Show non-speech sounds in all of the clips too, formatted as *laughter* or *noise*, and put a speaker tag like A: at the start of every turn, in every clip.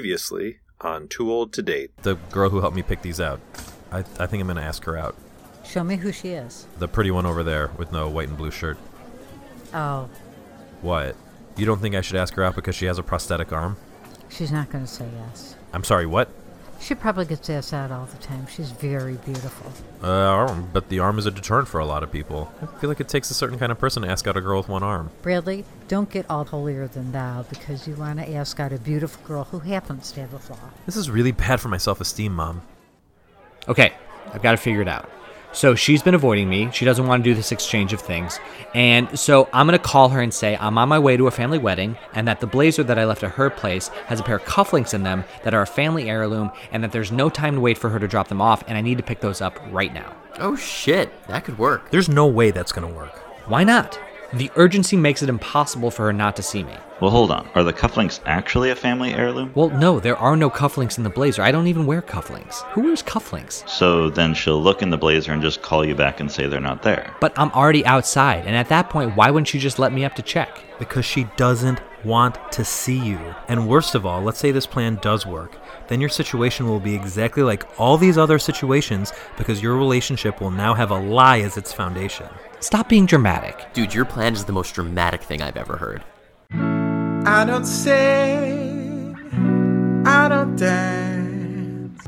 A: Previously on Too Old to Date.
B: The girl who helped me pick these out. I, I think I'm going to ask her out.
C: Show me who she is.
B: The pretty one over there with no white and blue shirt.
C: Oh,
B: Wyatt, you don't think I should ask her out because she has a prosthetic arm?
C: she's not going to say yes.
B: I'm sorry, what?
C: She probably gets asked out all the time. She's very beautiful.
B: Uh, I don't, but the arm is a deterrent for a lot of people. I feel like it takes a certain kind of person to ask out a girl with one arm.
C: Bradley, don't get all holier than thou because you want to ask out a beautiful girl who happens to have a flaw.
B: This is really bad for my self esteem, Mom.
D: Okay, I've got to figure it out. So she's been avoiding me. She doesn't want to do this exchange of things. And so I'm going to call her and say I'm on my way to a family wedding and that the blazer that I left at her place has a pair of cufflinks in them that are a family heirloom and that there's no time to wait for her to drop them off and I need to pick those up right now.
E: Oh shit, that could work.
B: There's no way that's going to work.
D: Why not? The urgency makes it impossible for her not to see me.
F: Well, hold on. Are the cufflinks actually a family heirloom?
D: Well, no, there are no cufflinks in the blazer. I don't even wear cufflinks. Who wears cufflinks?
F: So then she'll look in the blazer and just call you back and say they're not there.
D: But I'm already outside, and at that point, why wouldn't she just let me up to check?
B: Because she doesn't want to see you. And worst of all, let's say this plan does work. Then your situation will be exactly like all these other situations because your relationship will now have a lie as its foundation.
D: Stop being dramatic.
E: Dude, your plan is the most dramatic thing I've ever heard.
G: I don't sing, I don't dance.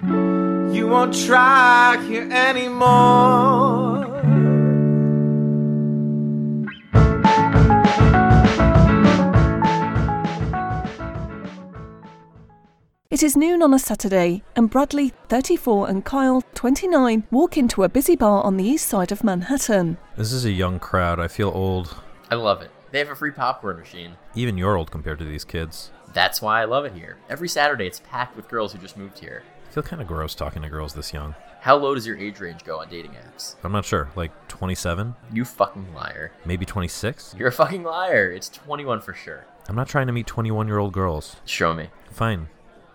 G: You won't try here anymore.
H: It is noon on a Saturday, and Bradley, 34, and Kyle, 29, walk into a busy bar on the east side of Manhattan.
B: This is a young crowd. I feel old.
E: I love it. They have a free popcorn machine.
B: Even you're old compared to these kids.
E: That's why I love it here. Every Saturday, it's packed with girls who just moved here.
B: I feel kind of gross talking to girls this young.
E: How low does your age range go on dating apps?
B: I'm not sure. Like 27?
E: You fucking liar.
B: Maybe 26?
E: You're a fucking liar. It's 21 for sure.
B: I'm not trying to meet 21 year old girls.
E: Show me.
B: Fine.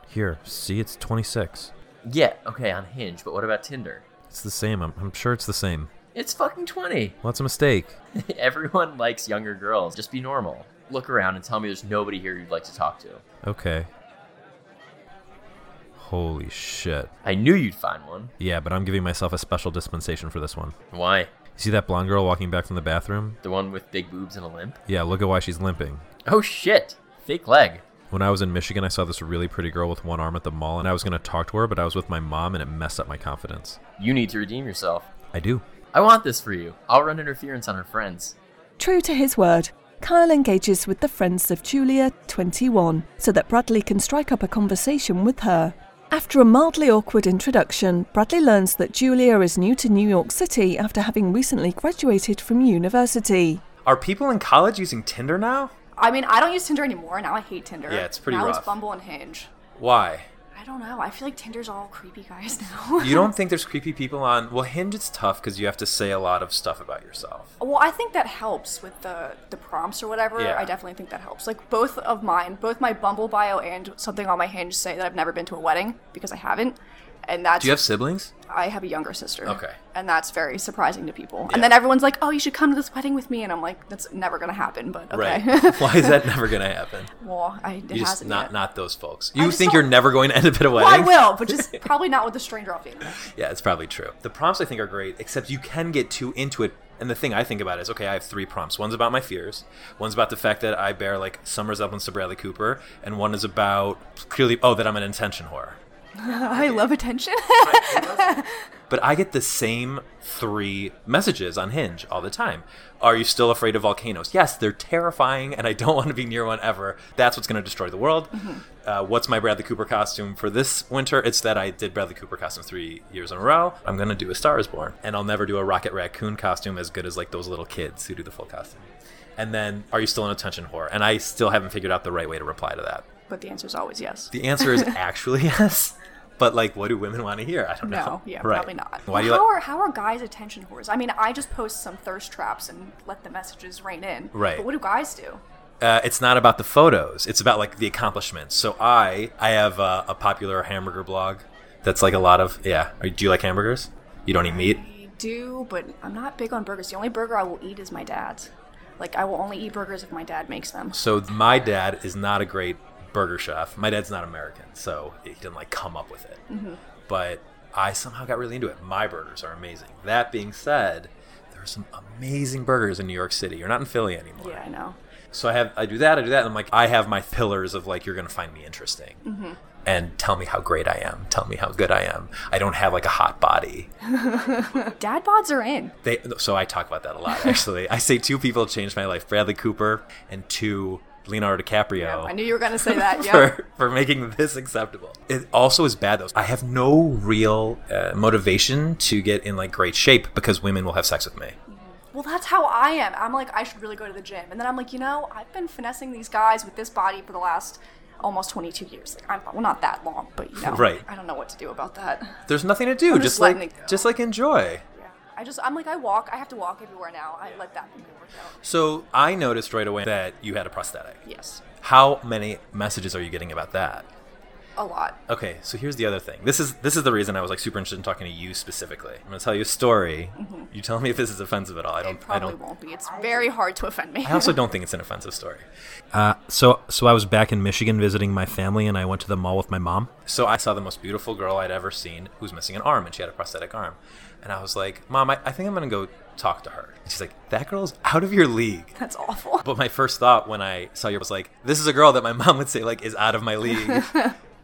B: Here, see, it's 26.
E: Yeah, okay, on Hinge, but what about Tinder?
B: It's the same. I'm, I'm sure it's the same.
E: It's fucking 20.
B: Well, it's a mistake.
E: *laughs* Everyone likes younger girls. Just be normal. Look around and tell me there's nobody here you'd like to talk to.
B: Okay. Holy shit.
E: I knew you'd find one.
B: Yeah, but I'm giving myself a special dispensation for this one.
E: Why?
B: You see that blonde girl walking back from the bathroom?
E: The one with big boobs and a limp?
B: Yeah, look at why she's limping.
E: Oh shit! Fake leg.
B: When I was in Michigan, I saw this really pretty girl with one arm at the mall, and I was going to talk to her, but I was with my mom, and it messed up my confidence.
E: You need to redeem yourself.
B: I do.
E: I want this for you. I'll run interference on her friends.
H: True to his word, Kyle engages with the friends of Julia, 21, so that Bradley can strike up a conversation with her. After a mildly awkward introduction, Bradley learns that Julia is new to New York City after having recently graduated from university.
I: Are people in college using Tinder now?
J: I mean, I don't use Tinder anymore. Now I hate Tinder.
I: Yeah, it's pretty
J: now
I: rough.
J: it's Bumble and Hinge.
I: Why?
J: I don't know. I feel like Tinder's all creepy guys *laughs* now.
I: You don't think there's creepy people on? Well, Hinge it's tough because you have to say a lot of stuff about yourself.
J: Well, I think that helps with the the prompts or whatever.
I: Yeah.
J: I definitely think that helps. Like both of mine, both my Bumble bio and something on my Hinge say that I've never been to a wedding because I haven't. And that's
I: Do you have siblings?
J: I have a younger sister.
I: Okay.
J: And that's very surprising to people. And then everyone's like, "Oh, you should come to this wedding with me." And I'm like, "That's never going to happen." But okay. *laughs*
I: Right. *laughs* Why is that never going to happen?
J: well, I, it
I: You just
J: hasn't
I: not
J: yet.
I: not those folks. You
J: just
I: think
J: don't-
I: you're never going to end up at a
J: well, I
I: wedding?
J: will,
I: *laughs*
J: but just probably not with a stranger off the internet.
I: Yeah, it's probably true. The prompts I think are great, except you can get too into it. And the thing I think about is, okay, I have three prompts. One's about my fears. One's about the fact that I bear like Summers Uplands to Bradley Cooper, and one is about clearly, oh, that I'm an intention whore.
J: I love attention. *laughs*
I: But I get the same three messages on Hinge all the time. Are you still afraid of volcanoes? Yes, they're terrifying, and I don't *laughs* want to be near one ever. That's what's going to destroy the world.
J: Mm-hmm.
I: Uh, what's my Bradley Cooper costume for this winter? It's that I did Bradley Cooper costume three years in a row. I'm going to do a Star is Born, and I'll never do a Rocket Raccoon costume as good as like those little kids who do the full costume. And then, are you still an attention whore? And I still haven't figured out the right way to reply to that.
J: but the answer is always yes.
I: The answer
J: *laughs*
I: is actually *laughs* yes. But like, what do women want to hear? I don't know.
J: no, yeah,
I: Right.
J: probably not.
I: Why do you
J: how
I: let-
J: are how are guys attention whores? I mean, I just post some thirst traps and let the messages rain in.
I: Right.
J: But what do guys do?
I: uh, it's not about the photos. It's about like the accomplishments. So I I have uh, a popular hamburger blog that's like a lot of yeah. Are- Do you like hamburgers? You don't eat meat.
J: I do, but I'm not big on burgers. The only burger I will eat is my dad's. Like I will only eat burgers if my dad makes them.
I: So my dad is not a great burger chef. My dad's not American, so he didn't like come up with it.
J: Mhm.
I: But I somehow got really into it. My burgers are amazing. That being said, there are some amazing burgers in New York City. You're not in Philly anymore.
J: Yeah, I know.
I: So I have I do that, I do that, and I'm like, I have my pillars of like you're gonna find me interesting.
J: Mm-hmm.
I: And tell me how great I am. Tell me how good I am. I don't have like a hot body.
J: Dad bods are in.
I: They so I talk about that a
J: *laughs*
I: lot actually. I say two people changed my life: Bradley Cooper and two Leonardo DiCaprio
J: I
I: *laughs*
J: knew you were gonna say that. Yeah.
I: for, for making this acceptable. It also is bad though. I have no real uh, motivation to get in like great shape because women will have sex with me.
J: well, that's how I am. I'm like, I should really go to the gym, and then I'm like, you know, I've been finessing these guys with this body for the last almost 22 years. Like, I'm well, not that long, but you know,
I: *laughs* Right.
J: I don't know what to do about that.
I: There's nothing to do.
J: I'm just
I: just like
J: letting it go.
I: just like enjoy.
J: I just, I'm like, I walk. I have to walk everywhere now. I let that be my workout.
I: So I noticed right away that you had a prosthetic.
J: Yes,
I: How many messages are you getting about that?
J: a lot.
I: Okay, so here's the other thing. This is this is the reason I was like super interested in talking to you specifically. I'm gonna tell you a story.
J: Mhm.
I: You tell me if this is offensive at all. I don't. I
J: Probably
I: don't.
J: won't be. It's very hard to offend me.
I: I also don't think it's an offensive story.
B: Uh, so, so I was back in Michigan visiting my family, and I went to the mall with my mom.
I: So I saw the most beautiful girl I'd ever seen who's missing an arm, and she had a prosthetic arm. And I was like, Mom, I, I think I'm gonna go talk to her. And she's like, That girl's out of your league.
J: *laughs* That's awful.
I: But my first thought when I saw you was like, This is a girl that my *laughs* mom would say like is out of my league.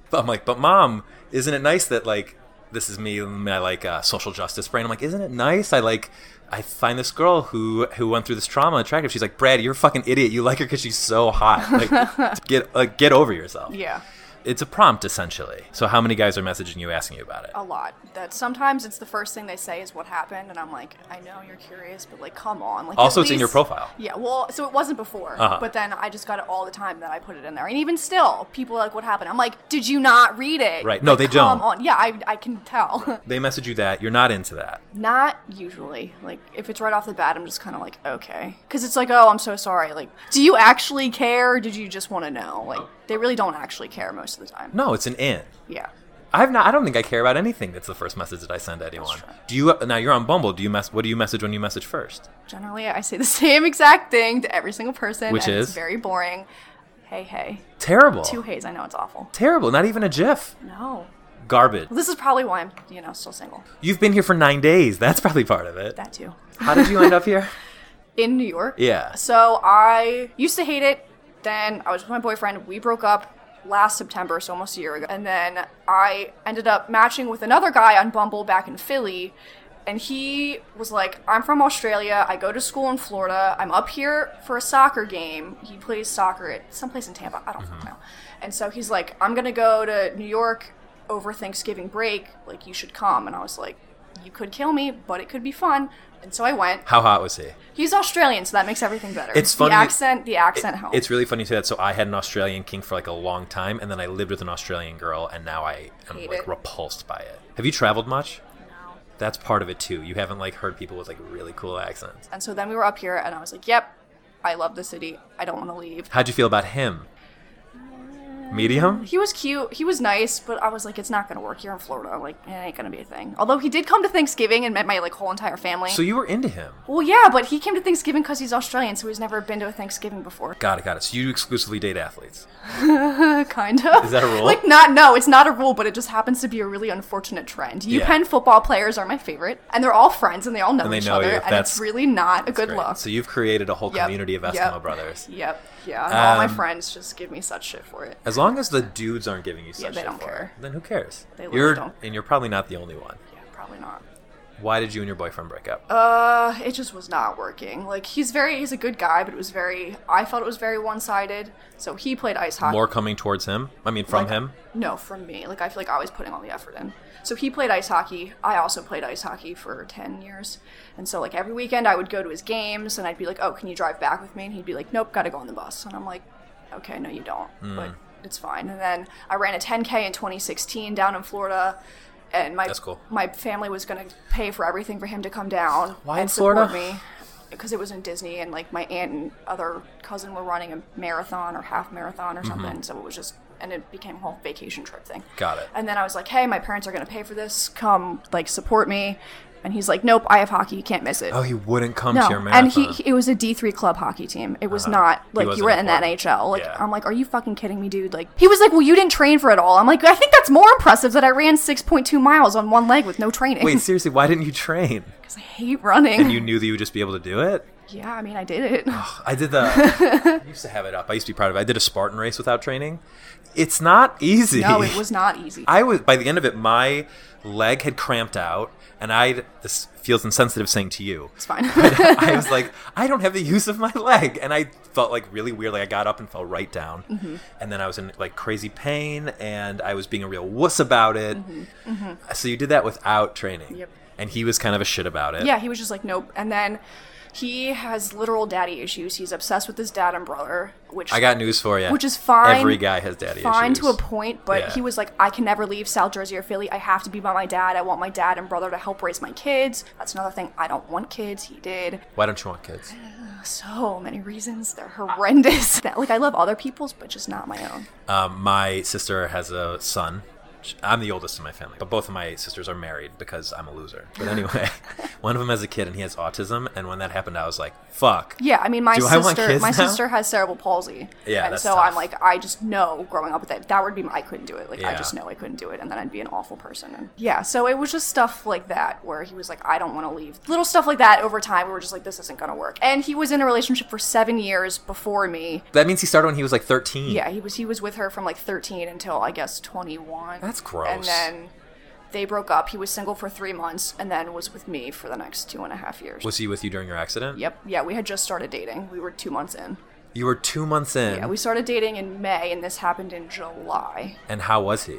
I: But I'm like, but mom, isn't it nice that like this is me? and I like uh, social justice brain. I'm like, isn't it nice? I like I find this girl who who went through this trauma attractive. She's like, Brad, you're a fucking idiot. You like her because she's so hot. Like, get like get over yourself.
J: yeah.
I: It's a prompt essentially. So how many guys are messaging you asking you about it?
J: a lot that sometimes it's the first thing they say is what happened and i'm like i know you're curious but like come on like
I: Also,
J: at
I: it's in your
J: least-
I: profile.
J: yeah well so it wasn't before
I: Uh-huh.
J: but then i just got it all the time that i put it in there and even still people are like what happened i'm like did you not read it
I: Right. No,
J: Like,
I: they
J: come
I: don't.
J: on yeah i, I can tell *laughs*
I: They message you that you're not into that.
J: not usually like if it's right off the bat i'm just kind of like okay because it's like oh i'm so sorry like do you actually care or did you just want to know like they really don't actually care most of the time
I: No, it's an in.
J: yeah
I: I've not. I don't think I care about anything. That's the first message that I send to anyone. Do you now? You're on Bumble. Do you mess? What do you message when you message first?
J: Generally, I say the *laughs* same exact thing to every single person,
I: Which
J: and
I: is?
J: it's very boring. Hey, hey.
I: Terrible.
J: Two hays. I know it's awful.
I: Terrible. Not even a GIF.
J: No.
I: Garbage.
J: This is probably why I'm, you know, still single.
I: You've been here for nine days. That's probably part of it.
J: That too.
I: How did you end up
J: *laughs*
I: here?
J: In New York.
I: Yeah.
J: So I used to hate it. Then I was with my boyfriend. We broke up last September, so almost a year ago. And then I ended up matching with another guy on Bumble back in Philly. And he was like, I'm from Australia. I go to school in Florida. I'm up here for a soccer game. He plays soccer at someplace in Tampa. I don't fucking know. And so he's like, I'm going to go to New York over Thanksgiving break. Like, you should come. And I was like, you could kill me, but it could be fun. And so I went.
I: How hot was he?
J: He's Australian, so that makes everything better.
I: It's funny-
J: The accent, the accent helps.
I: It's really funny you say that. So I had an Australian king for like a long time, and then I lived with an Australian girl, and now I am
J: Hate
I: like
J: it.
I: repulsed by it. Have you traveled much? No. That's part of it too. You haven't like heard people with like really cool accents.
J: and so then we were up here, and I was like, "Yep, I love the city. I don't want to leave."
I: How'd you feel about him? Medium.
J: He was cute. He was nice, but I was like, "It's not gonna work here in Florida. Like, it ain't gonna be a thing." Although he did come to Thanksgiving and met my like whole entire family.
I: So you were into him.
J: well, yeah, but he came to Thanksgiving because he's Australian, so he's never been to a Thanksgiving before. *laughs*
I: Got it. Got it. So you exclusively date athletes.
J: kind of.
I: Is that a rule?
J: Like, not no, it's not a rule, but it just happens to be a really unfortunate trend.
I: Yeah.
J: UPenn football players are my favorite, and they're all friends, and they all know
I: And they
J: each
I: know
J: other,
I: you.
J: and
I: That's-
J: it's really not a good
I: Great.
J: look.
I: So you've created a whole
J: Yep.
I: community of Eskimo
J: Yep.
I: brothers.
J: Yep. Yeah. and all my
I: Um,
J: friends just give me such shit for it.
I: As long as the dudes aren't giving you such
J: Yeah, they
I: shit
J: don't
I: for
J: care.
I: it, then who cares?
J: They literally
I: you're
J: don't.
I: and you're probably not the only one.
J: Yeah, probably not.
I: Why did you and your boyfriend break up?
J: Uh, it just was not working. Like he's very he's a good guy, but it was very I felt it was very one sided. So he played ice hockey.
I: More coming towards him. I mean, from
J: Like,
I: him.
J: No, from me. Like I feel like I was putting all the effort in. So he played ice hockey. I also played ice hockey for ten years. And so like every weekend I would go to his games and I'd be like, Oh, can you drive back with me? And he'd be like, Nope, gotta go on the bus. And I'm like, Okay, no you don't.
I: Hmm.
J: But it's fine. And then I ran a ten K in twenty sixteen down in Florida and my
I: That's cool.
J: my family was gonna pay for everything for him to come down
I: Why in
J: and support
I: Florida?
J: me because it was in Disney
I: Mm-hmm.
J: and like my aunt and other cousin were running a marathon or half marathon or something, so it was just and it became a whole vacation trip thing.
I: Got it.
J: And then I was like, hey, my parents are going to pay for this. Come, like, support me. And he's like, nope, I have hockey. You can't miss it.
I: Oh, he wouldn't come
J: no.
I: to your marathon.
J: and he, he- *laughs* it was a D3 club hockey team. It was
I: Uh-huh.
J: not
I: He
J: like you
I: wasn't
J: were in the
I: important.
J: NHL. Like
I: Yeah.
J: I'm like, are you fucking kidding me, dude? Like he was like, well, you didn't train for it all. I'm like, I think that's more impressive that I ran 6.2 miles on one leg with no training.
I: Wait, seriously, why didn't you train?
J: *laughs* I hate running.
I: And you Oh. knew that you would just be able to do it?
J: yeah, I mean, I did it.
I: I did the.
J: *laughs*
I: I used to have it up. I used to be proud of it. I did a Spartan race without training. It's not easy. *laughs*
J: no, it was not easy.
I: I was by the end of it, my leg had cramped out, and I. This feels insensitive saying to you.
J: it's fine.
I: *laughs* I was like, *laughs* I don't have the use of my leg, and I felt like really weird. Like I got up and fell right down,
J: Mhm.
I: and then I was in like crazy pain, and I was being a real wuss about it.
J: Mhm.
I: So you did that without training,
J: Yep.
I: and he was kind of a shit about it.
J: *laughs* Yeah, he was just like, nope. And then he has literal daddy issues. He's obsessed with his dad and brother, which
I: I got news for you.
J: Which is fine.
I: Every guy has daddy
J: fine
I: issues.
J: to a point, but
I: Yeah.
J: he was like, I can never leave South Jersey or Philly. I have to be by my dad. I want my dad and brother to help raise my kids. That's another thing. I don't want kids. He did.
I: Why don't you want kids?
J: So many reasons. They're horrendous. *laughs* that like I love other people's, but just not my own.
I: Um, my sister has a son. Sh- I'm the oldest in my family, but both of my sisters are married because I'm a loser. But anyway, *laughs* one of them has a kid and he has autism. And when that happened, I was like, "Fuck."
J: Yeah, I mean my
I: Do I want
J: sister
I: kids
J: my
I: now?
J: sister has cerebral palsy.
I: Yeah,
J: And
I: that's
J: so
I: tough.
J: I'm like, I just know growing up with it, that would be my I couldn't do it. Like I
I: Yeah.
J: just know I couldn't do it and then I'd be an awful person. And yeah, so it was just stuff like that where he was like, I don't want to leave. Little stuff like that over time, we were just like, this isn't gonna work. And he was in a relationship for seven years before me.
I: That means he started when he was like 13.
J: Yeah, he was he was with her from like thirteen until I guess twenty one.
I: That's gross.
J: And then they broke up. He was single for three months and then was with me for the next two and a half years.
I: Was he with you during your accident?
J: Yep. Yeah, we had just started dating. We were two months in.
I: You were two months in.
J: Yeah, we started dating in May, and this happened in July.
I: and how was he?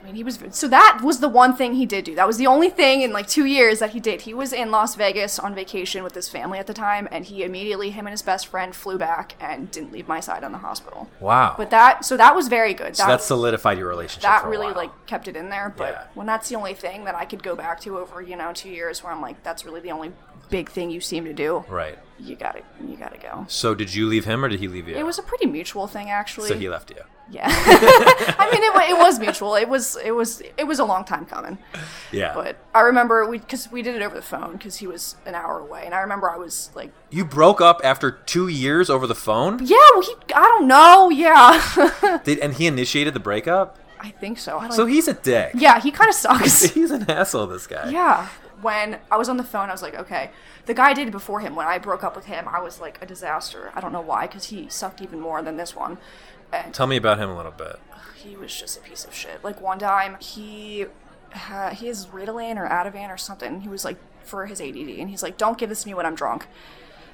J: I mean, he was so that was the one thing he did do. That was the only thing in like two years that he did. He was in Las Vegas on vacation with his family at the time, and he immediately, him and his best friend, flew back and didn't leave my side on the hospital.
I: Wow.
J: But that, so that was very good.
I: so that solidified your relationship.
J: that
I: for a
J: really
I: while.
J: like kept it in there. But
I: Yeah.
J: when that's the only thing that I could go back to over you know two years, where I'm like, that's really the only big thing you seem to do.
I: Right.
J: You gotta, you gotta go.
I: So did you leave him or did he leave you?
J: It was a pretty mutual thing, actually.
I: So he left you.
J: Yeah, *laughs* I mean, it, wa- it was mutual. It was it was it was a long time coming.
I: Yeah.
J: But I remember we because we did it over the phone because he was an hour away, and I remember I was like,
I: you broke up after two years over the phone?
J: "Yeah, well, he, I don't know, yeah, *laughs*
I: Did, and he initiated the breakup?
J: I think so." I don't-
I: so he's a dick.
J: yeah, he kind of
I: *laughs*
J: sucks. *laughs*
I: he's an asshole, this guy.
J: yeah. When I was on the phone, I was like, "Okay." The guy I did before him. When I broke up with him, I was like a disaster. I don't know why because he sucked even more than this one. And
I: Tell me about him a little bit.
J: he was just a piece of shit. Like one time, he ha he has Ritalin or Ativan or something. He was like for his ADD, and he's like, "Don't give this to me when I'm drunk."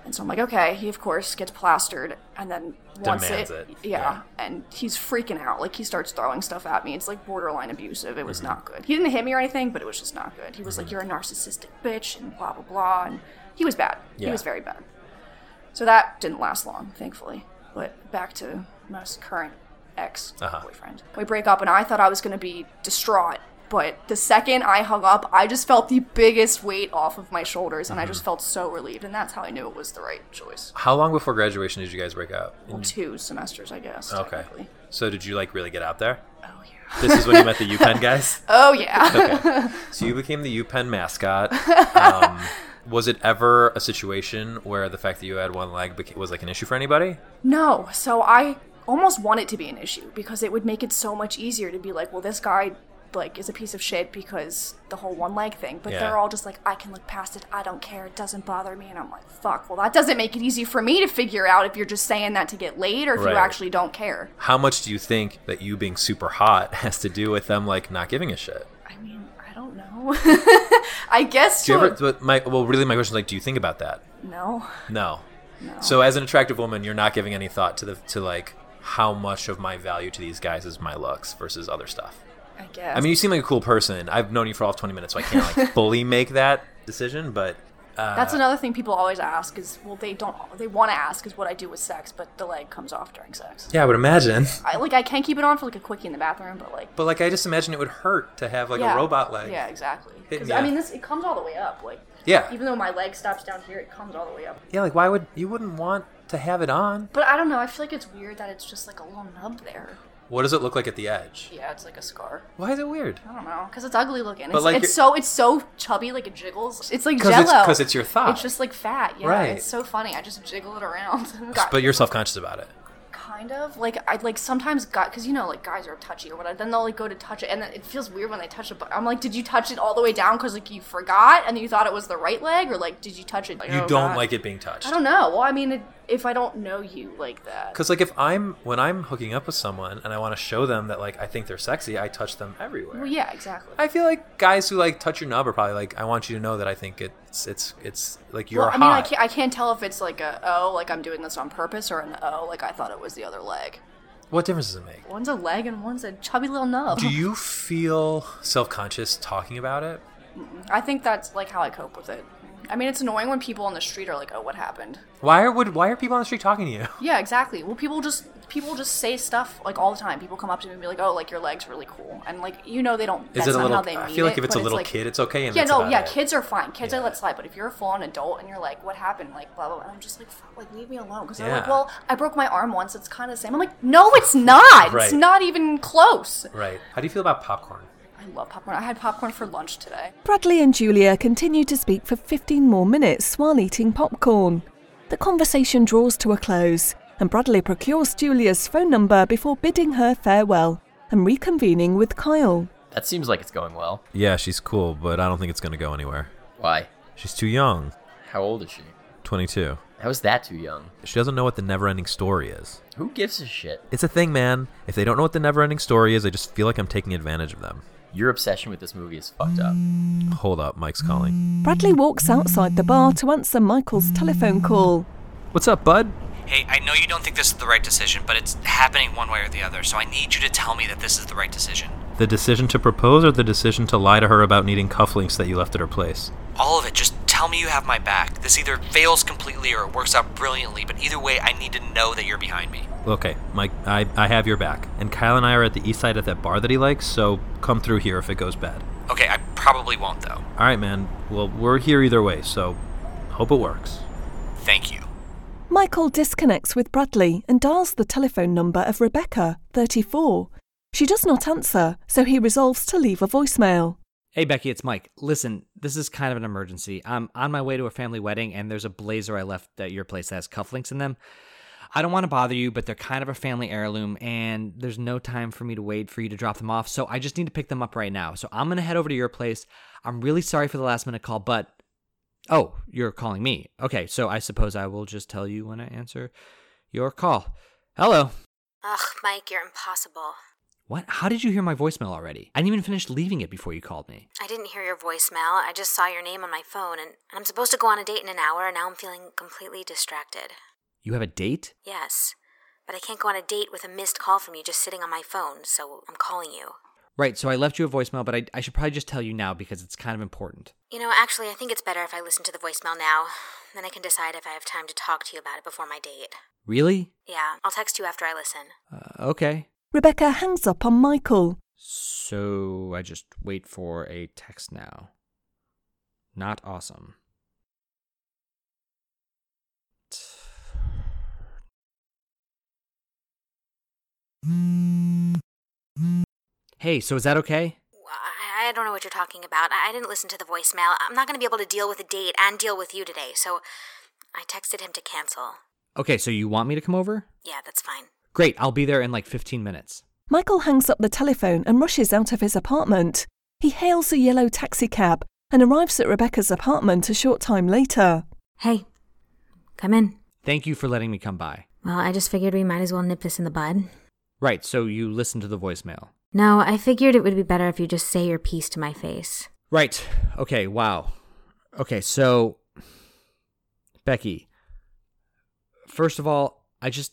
J: And so I'm like, "Okay." He of course gets plastered, and then once
I: Demands
J: it,
I: it.
J: Yeah, and he's freaking out. Like he starts throwing stuff at me. It's like borderline abusive. It was not good. He didn't hit me or anything, but it was just not good. He was like,
I: Mm-hmm.
J: "You're a narcissistic bitch," and blah blah blah, and he was bad. He
I: Yeah.
J: was very bad. So that didn't last long, thankfully. But back to most current ex
I: Uh-huh.
J: boyfriend. We break up, and I thought I was going to be distraught. But the second I hung up, I just felt the biggest weight off of my shoulders, and I
I: Mm-hmm.
J: just felt so relieved. And that's how I knew it was the right choice.
I: How long before graduation did you guys break up?
J: Well, two semesters, I guess.
I: Mm-hmm. Okay.
J: technically.
I: So did you like really get out there? Oh yeah. This is when you met
J: *laughs*
I: the UPenn guys.
J: Oh, yeah.
I: *laughs* Okay. So you became the UPenn mascot.
J: *laughs*
I: Um, was it ever a situation where the fact that you had one leg beca- was like an issue for anybody?
J: No, so I almost want it to be an issue because it would make it so much easier to be like, well, this guy like is a piece of shit because the whole one leg thing. But
K: Yeah.
J: they're all just like, I can look past it. I don't care. It doesn't bother me. And I'm like, fuck. Well, that doesn't make it easy for me to figure out if you're just saying that to get laid or if
I: Right.
J: you actually don't care.
I: How much do you think that you being super hot *laughs* has to do with them like not giving a shit?
J: I don't know. *laughs* I guess.
I: Do you
J: to a-
I: ever? but My, well, really, my question is like, do you think about that?
J: no.
I: No.
J: No.
I: So as an attractive woman, you're not giving any thought to the to like how much of my value to these guys is my looks versus other stuff.
J: I guess.
I: I mean, you seem like a cool person. I've known you for all of 20 minutes, so I can't
J: *laughs*
I: like fully make that decision, but uh,
J: That's another thing people always ask is, well, they don't, they want to ask is what I do with sex, but the leg comes off during sex.
I: Yeah, I would imagine.
J: I like I can keep it on for like a quickie in the bathroom, but like
I: But like, I just imagine it would hurt to have like
J: Yeah.
I: a robot leg.
J: Yeah, exactly.
I: Hit
J: 'Cause,
I: me
J: I
I: up.
J: mean, this it comes all the way up. Like
I: Yeah.
J: even though my leg stops down here, it comes all the way up.
I: Yeah, like why would you wouldn't want to have it on?
J: But I don't know. I feel like it's weird that it's just like a little nub there.
I: What does it look like at the edge?
J: Yeah, it's like a scar.
I: Why is it weird?
J: I don't know, because it's ugly looking.
I: But,
J: It's,
I: like,
J: it's
I: you're-
J: so it's so chubby, like it jiggles. It's like
I: 'Cause it's-
J: jello.
I: 'cause it's your thigh.
J: It's just like fat. Yeah,
I: Right.
J: it's so funny. I just jiggle it around. *laughs* Got-
I: But you're self conscious about it.
J: kind of like I like sometimes got because you know like guys are touchy or whatever. Then they'll like go to touch it, and then it feels weird when they touch it. But I'm like, did you touch it all the way down because like you forgot and you thought it was the right leg, or like did you touch it?
I: You
J: oh,
I: don't
J: God.
I: like it being touched.
J: I don't know. Well, I mean, it, if I don't know you like that,
I: Because like if I'm when I'm hooking up with someone and I want to show them that like I think they're sexy, I touch them everywhere.
J: well, yeah, exactly.
I: I feel like guys who like touch your knob are probably like, I want you to know that I think it's it's it's like you're
J: well, I
I: hot.
J: mean, I can't, I can't tell if it's like a oh, like I'm doing this on purpose, or an oh, like I thought it was the other leg.
I: What difference does it make?
J: One's a leg and one's a chubby little nub.
I: Do you feel self conscious talking about it?
J: *laughs* I think that's like how I cope with it. I mean, it's annoying when people on the street are like, "Oh, what happened?"
I: Why are would why are people on the street talking to you? *laughs*
J: Yeah, exactly. Well, people just people just say stuff like all the time. People come up to me and be like, "Oh, like your legs really cool," and like you know they don't.
I: Is
J: that's
I: it a
J: not
I: little?
J: How they
I: I
J: mean
I: feel like
J: it,
I: if it's a
J: but
I: little
J: like-
I: kid, it's okay. And
J: yeah,
I: that's
J: no,
I: about
J: yeah,
I: it.
J: kids are fine. Kids I
I: Yeah.
J: let slide, but if you're a full-on adult and you're like, "What happened?" Like blah blah, blah and I'm just like, Fuck, "Like leave me alone," because they're like,
I: Yeah.
J: "Well, I broke my arm once. It's kind of the same." I'm like, "No, it's not.
I: Right.
J: It's not even close."
I: Right. How do you feel about popcorn?
J: I love popcorn. I had popcorn for lunch today.
H: Bradley and Julia continue to speak for 15 more minutes while eating popcorn. The conversation draws to a close, and Bradley procures Julia's phone number before bidding her farewell and reconvening with Kyle.
E: That seems like it's going well.
B: Yeah, she's cool, but I don't think it's going to go anywhere.
E: Why?
B: She's too young.
E: How old is she?
B: 22.
E: How is that too young?
B: She doesn't know what the never ending story is.
E: Who gives a shit?
B: It's a thing, man. If they don't know what the never ending story is, I just feel like I'm taking advantage of them.
E: Your obsession with this movie is fucked up.
B: Hold up, Mike's calling.
H: Bradley walks outside the bar to answer Michael's telephone call.
B: What's up, bud?
D: Hey, I know you don't think this is the right decision, but it's happening one way or the other, so I need you to tell me that this is the right decision.
B: The decision to propose or the decision to lie to her about needing cufflinks that you left at her place?
D: All of it, just tell me you have my back. This either fails completely or it works out brilliantly, but either way, I need to know that you're behind me.
B: Okay, Mike, I, I have your back. And Kyle and I are at the east side at that bar that he likes, so come through here if it goes bad.
D: Okay, I probably won't, though.
B: All right, man. Well, we're here either way, so hope it works.
D: Thank you.
H: Michael disconnects with Bradley and dials the telephone number of Rebecca, 34. She does not answer, so he resolves to leave a voicemail.
D: Hey Becky, it's Mike. Listen, this is kind of an emergency. I'm on my way to a family wedding and there's a blazer I left at your place that has cufflinks in them. I don't want to bother you, but they're kind of a family heirloom and there's no time for me to wait for you to drop them off, so I just need to pick them up right now. So I'm going to head over to your place. I'm really sorry for the last minute call, but oh, you're calling me. Okay, so I suppose I will just tell you when I answer your call. Hello.
K: Ugh, Mike, you're impossible.
D: What? How did you hear my voicemail already? I didn't even finish leaving it before you called me.
K: I didn't hear your voicemail. I just saw your name on my phone, and and I'm supposed to go on a date in an hour, and now I'm feeling completely distracted.
D: You have a date?
K: Yes, but I can't go on a date with a missed call from you just sitting on my phone, so I'm calling you.
D: Right, so I left you a voicemail, but I, I should probably just tell you now because it's kind of important.
K: You know, actually, I think it's better if I listen to the voicemail now. Then I can decide if I have time to talk to you about it before my date.
D: Really?
K: Yeah, I'll text you after I listen.
D: Uh, okay.
H: Rebecca hangs up on Michael.
D: So I just wait for a text now. Not awesome. Hey, so is that okay?
K: I, I don't know what you're talking about. I, I didn't listen to the voicemail. I'm not going to be able to deal with a date and deal with you today, so I texted him to cancel.
D: Okay, so you want me to come over?
K: Yeah, that's fine.
D: Great, I'll be there in like 15 minutes.
H: Michael hangs up the telephone and rushes out of his apartment. He hails a yellow taxicab and arrives at Rebecca's apartment a short time later.
K: Hey, come in.
D: Thank you for letting me come by.
K: Well, I just figured we might as well nip this in the bud.
D: Right, so you listened to the voicemail.
K: No, I figured it would be better if you just say your piece to my face.
D: Right. Okay. Wow. Okay. So, Becky, first of all, I just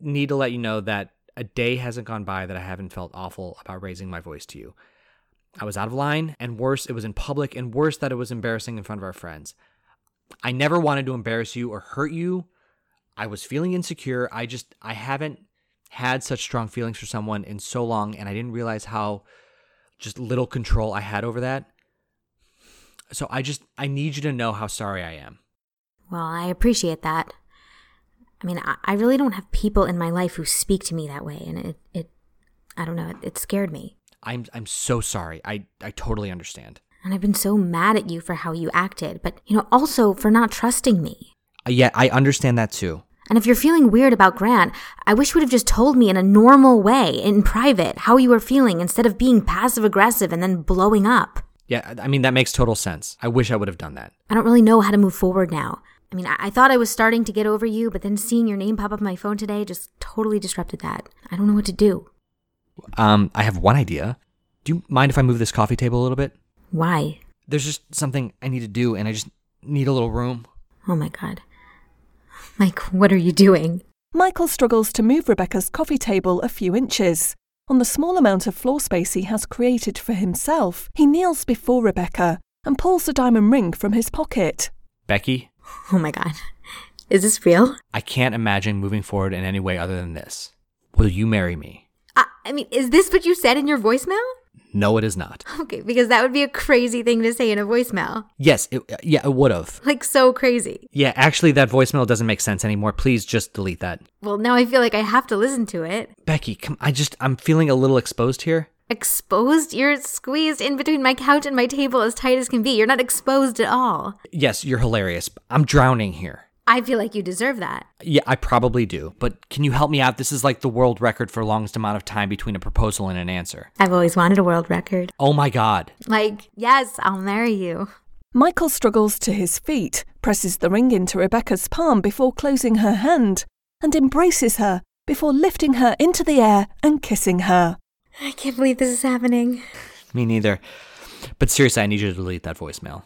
D: need to let you know that a day hasn't gone by that I haven't felt awful about raising my voice to you. I was out of line, and worse, it was in public, and worse, that it was embarrassing in front of our friends. I never wanted to embarrass you or hurt you. I was feeling insecure. I just, I haven't had such strong feelings for someone in so long, and I didn't realize how just little control I had over that. So I just I need you to know how sorry I am.
K: Well, I appreciate that. I mean, I, I really don't have people in my life who speak to me that way, and it, it I don't know, it, it scared me.
D: I'm I'm so sorry. I I totally understand.
K: And I've been so mad at you for how you acted, but, you know, also for not trusting me.
D: Uh, yeah, I understand that too.
K: And if you're feeling weird about Grant, I wish you would have just told me in a normal way, in private, how you were feeling instead of being passive aggressive and then blowing up.
D: Yeah, I I mean that makes total sense. I wish I would have done that.
K: I don't really know how to move forward now. I mean, I, I thought I was starting to get over you, but then seeing your name pop up on my phone today just totally disrupted that. I don't know what to do.
D: Um, I have one idea. Do you mind if I move this coffee table a little bit?
K: Why?
D: There's just something I need to do, and I just need a little room.
K: Oh my god. Mike, what are you doing?
H: Michael struggles to move Rebecca's coffee table a few inches. On the small amount of floor space he has created for himself, he kneels before Rebecca and pulls the diamond ring from his pocket.
D: Becky,
K: Oh my god. Is this real?
D: I can't imagine moving forward in any way other than this. Will you marry me?
K: I, I mean, is this what you said in your voicemail? *laughs*
D: No, it is not.
K: Okay, because that would be a crazy thing to say in a voicemail.
D: Yes, it, yeah, it would have.
K: Like, so crazy.
D: Yeah, actually, that voicemail doesn't make sense anymore. Please just delete that.
K: Well, now I feel like I have to listen to it.
D: Becky, come. I just I'm feeling a little exposed here.
K: Exposed? You're squeezed in between my couch and my table as tight as can be. You're not exposed at all.
D: Yes, you're hilarious. I'm drowning here.
K: I feel like you deserve that.
D: Yeah, I probably do. But can you help me out? This is like the world record for longest amount of time between a proposal and an answer.
K: I've always wanted a world record.
D: Oh my god.
K: Like, yes, I'll marry you.
H: Michael struggles to his feet, presses the ring into Rebecca's palm before closing her hand, and embraces her before lifting her into the air and kissing her.
K: I can't believe this is happening.
D: Me neither. But seriously, I need you to delete that voicemail.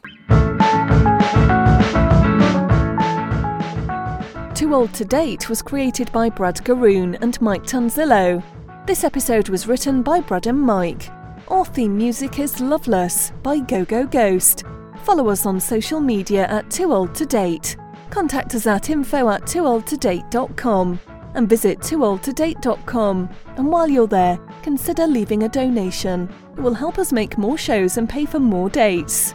H: Too Old to Date was created by Brad Garoon and Mike Tanzillo. This episode was written by Brad and Mike. Our theme music is Loveless by Go Go Ghost. Follow us on social media at Too Old to Date. Contact us at info at toooldtodate.com and visit toooldtodate.com. And while you're there, consider leaving a donation. It will help us make more shows and pay for more dates.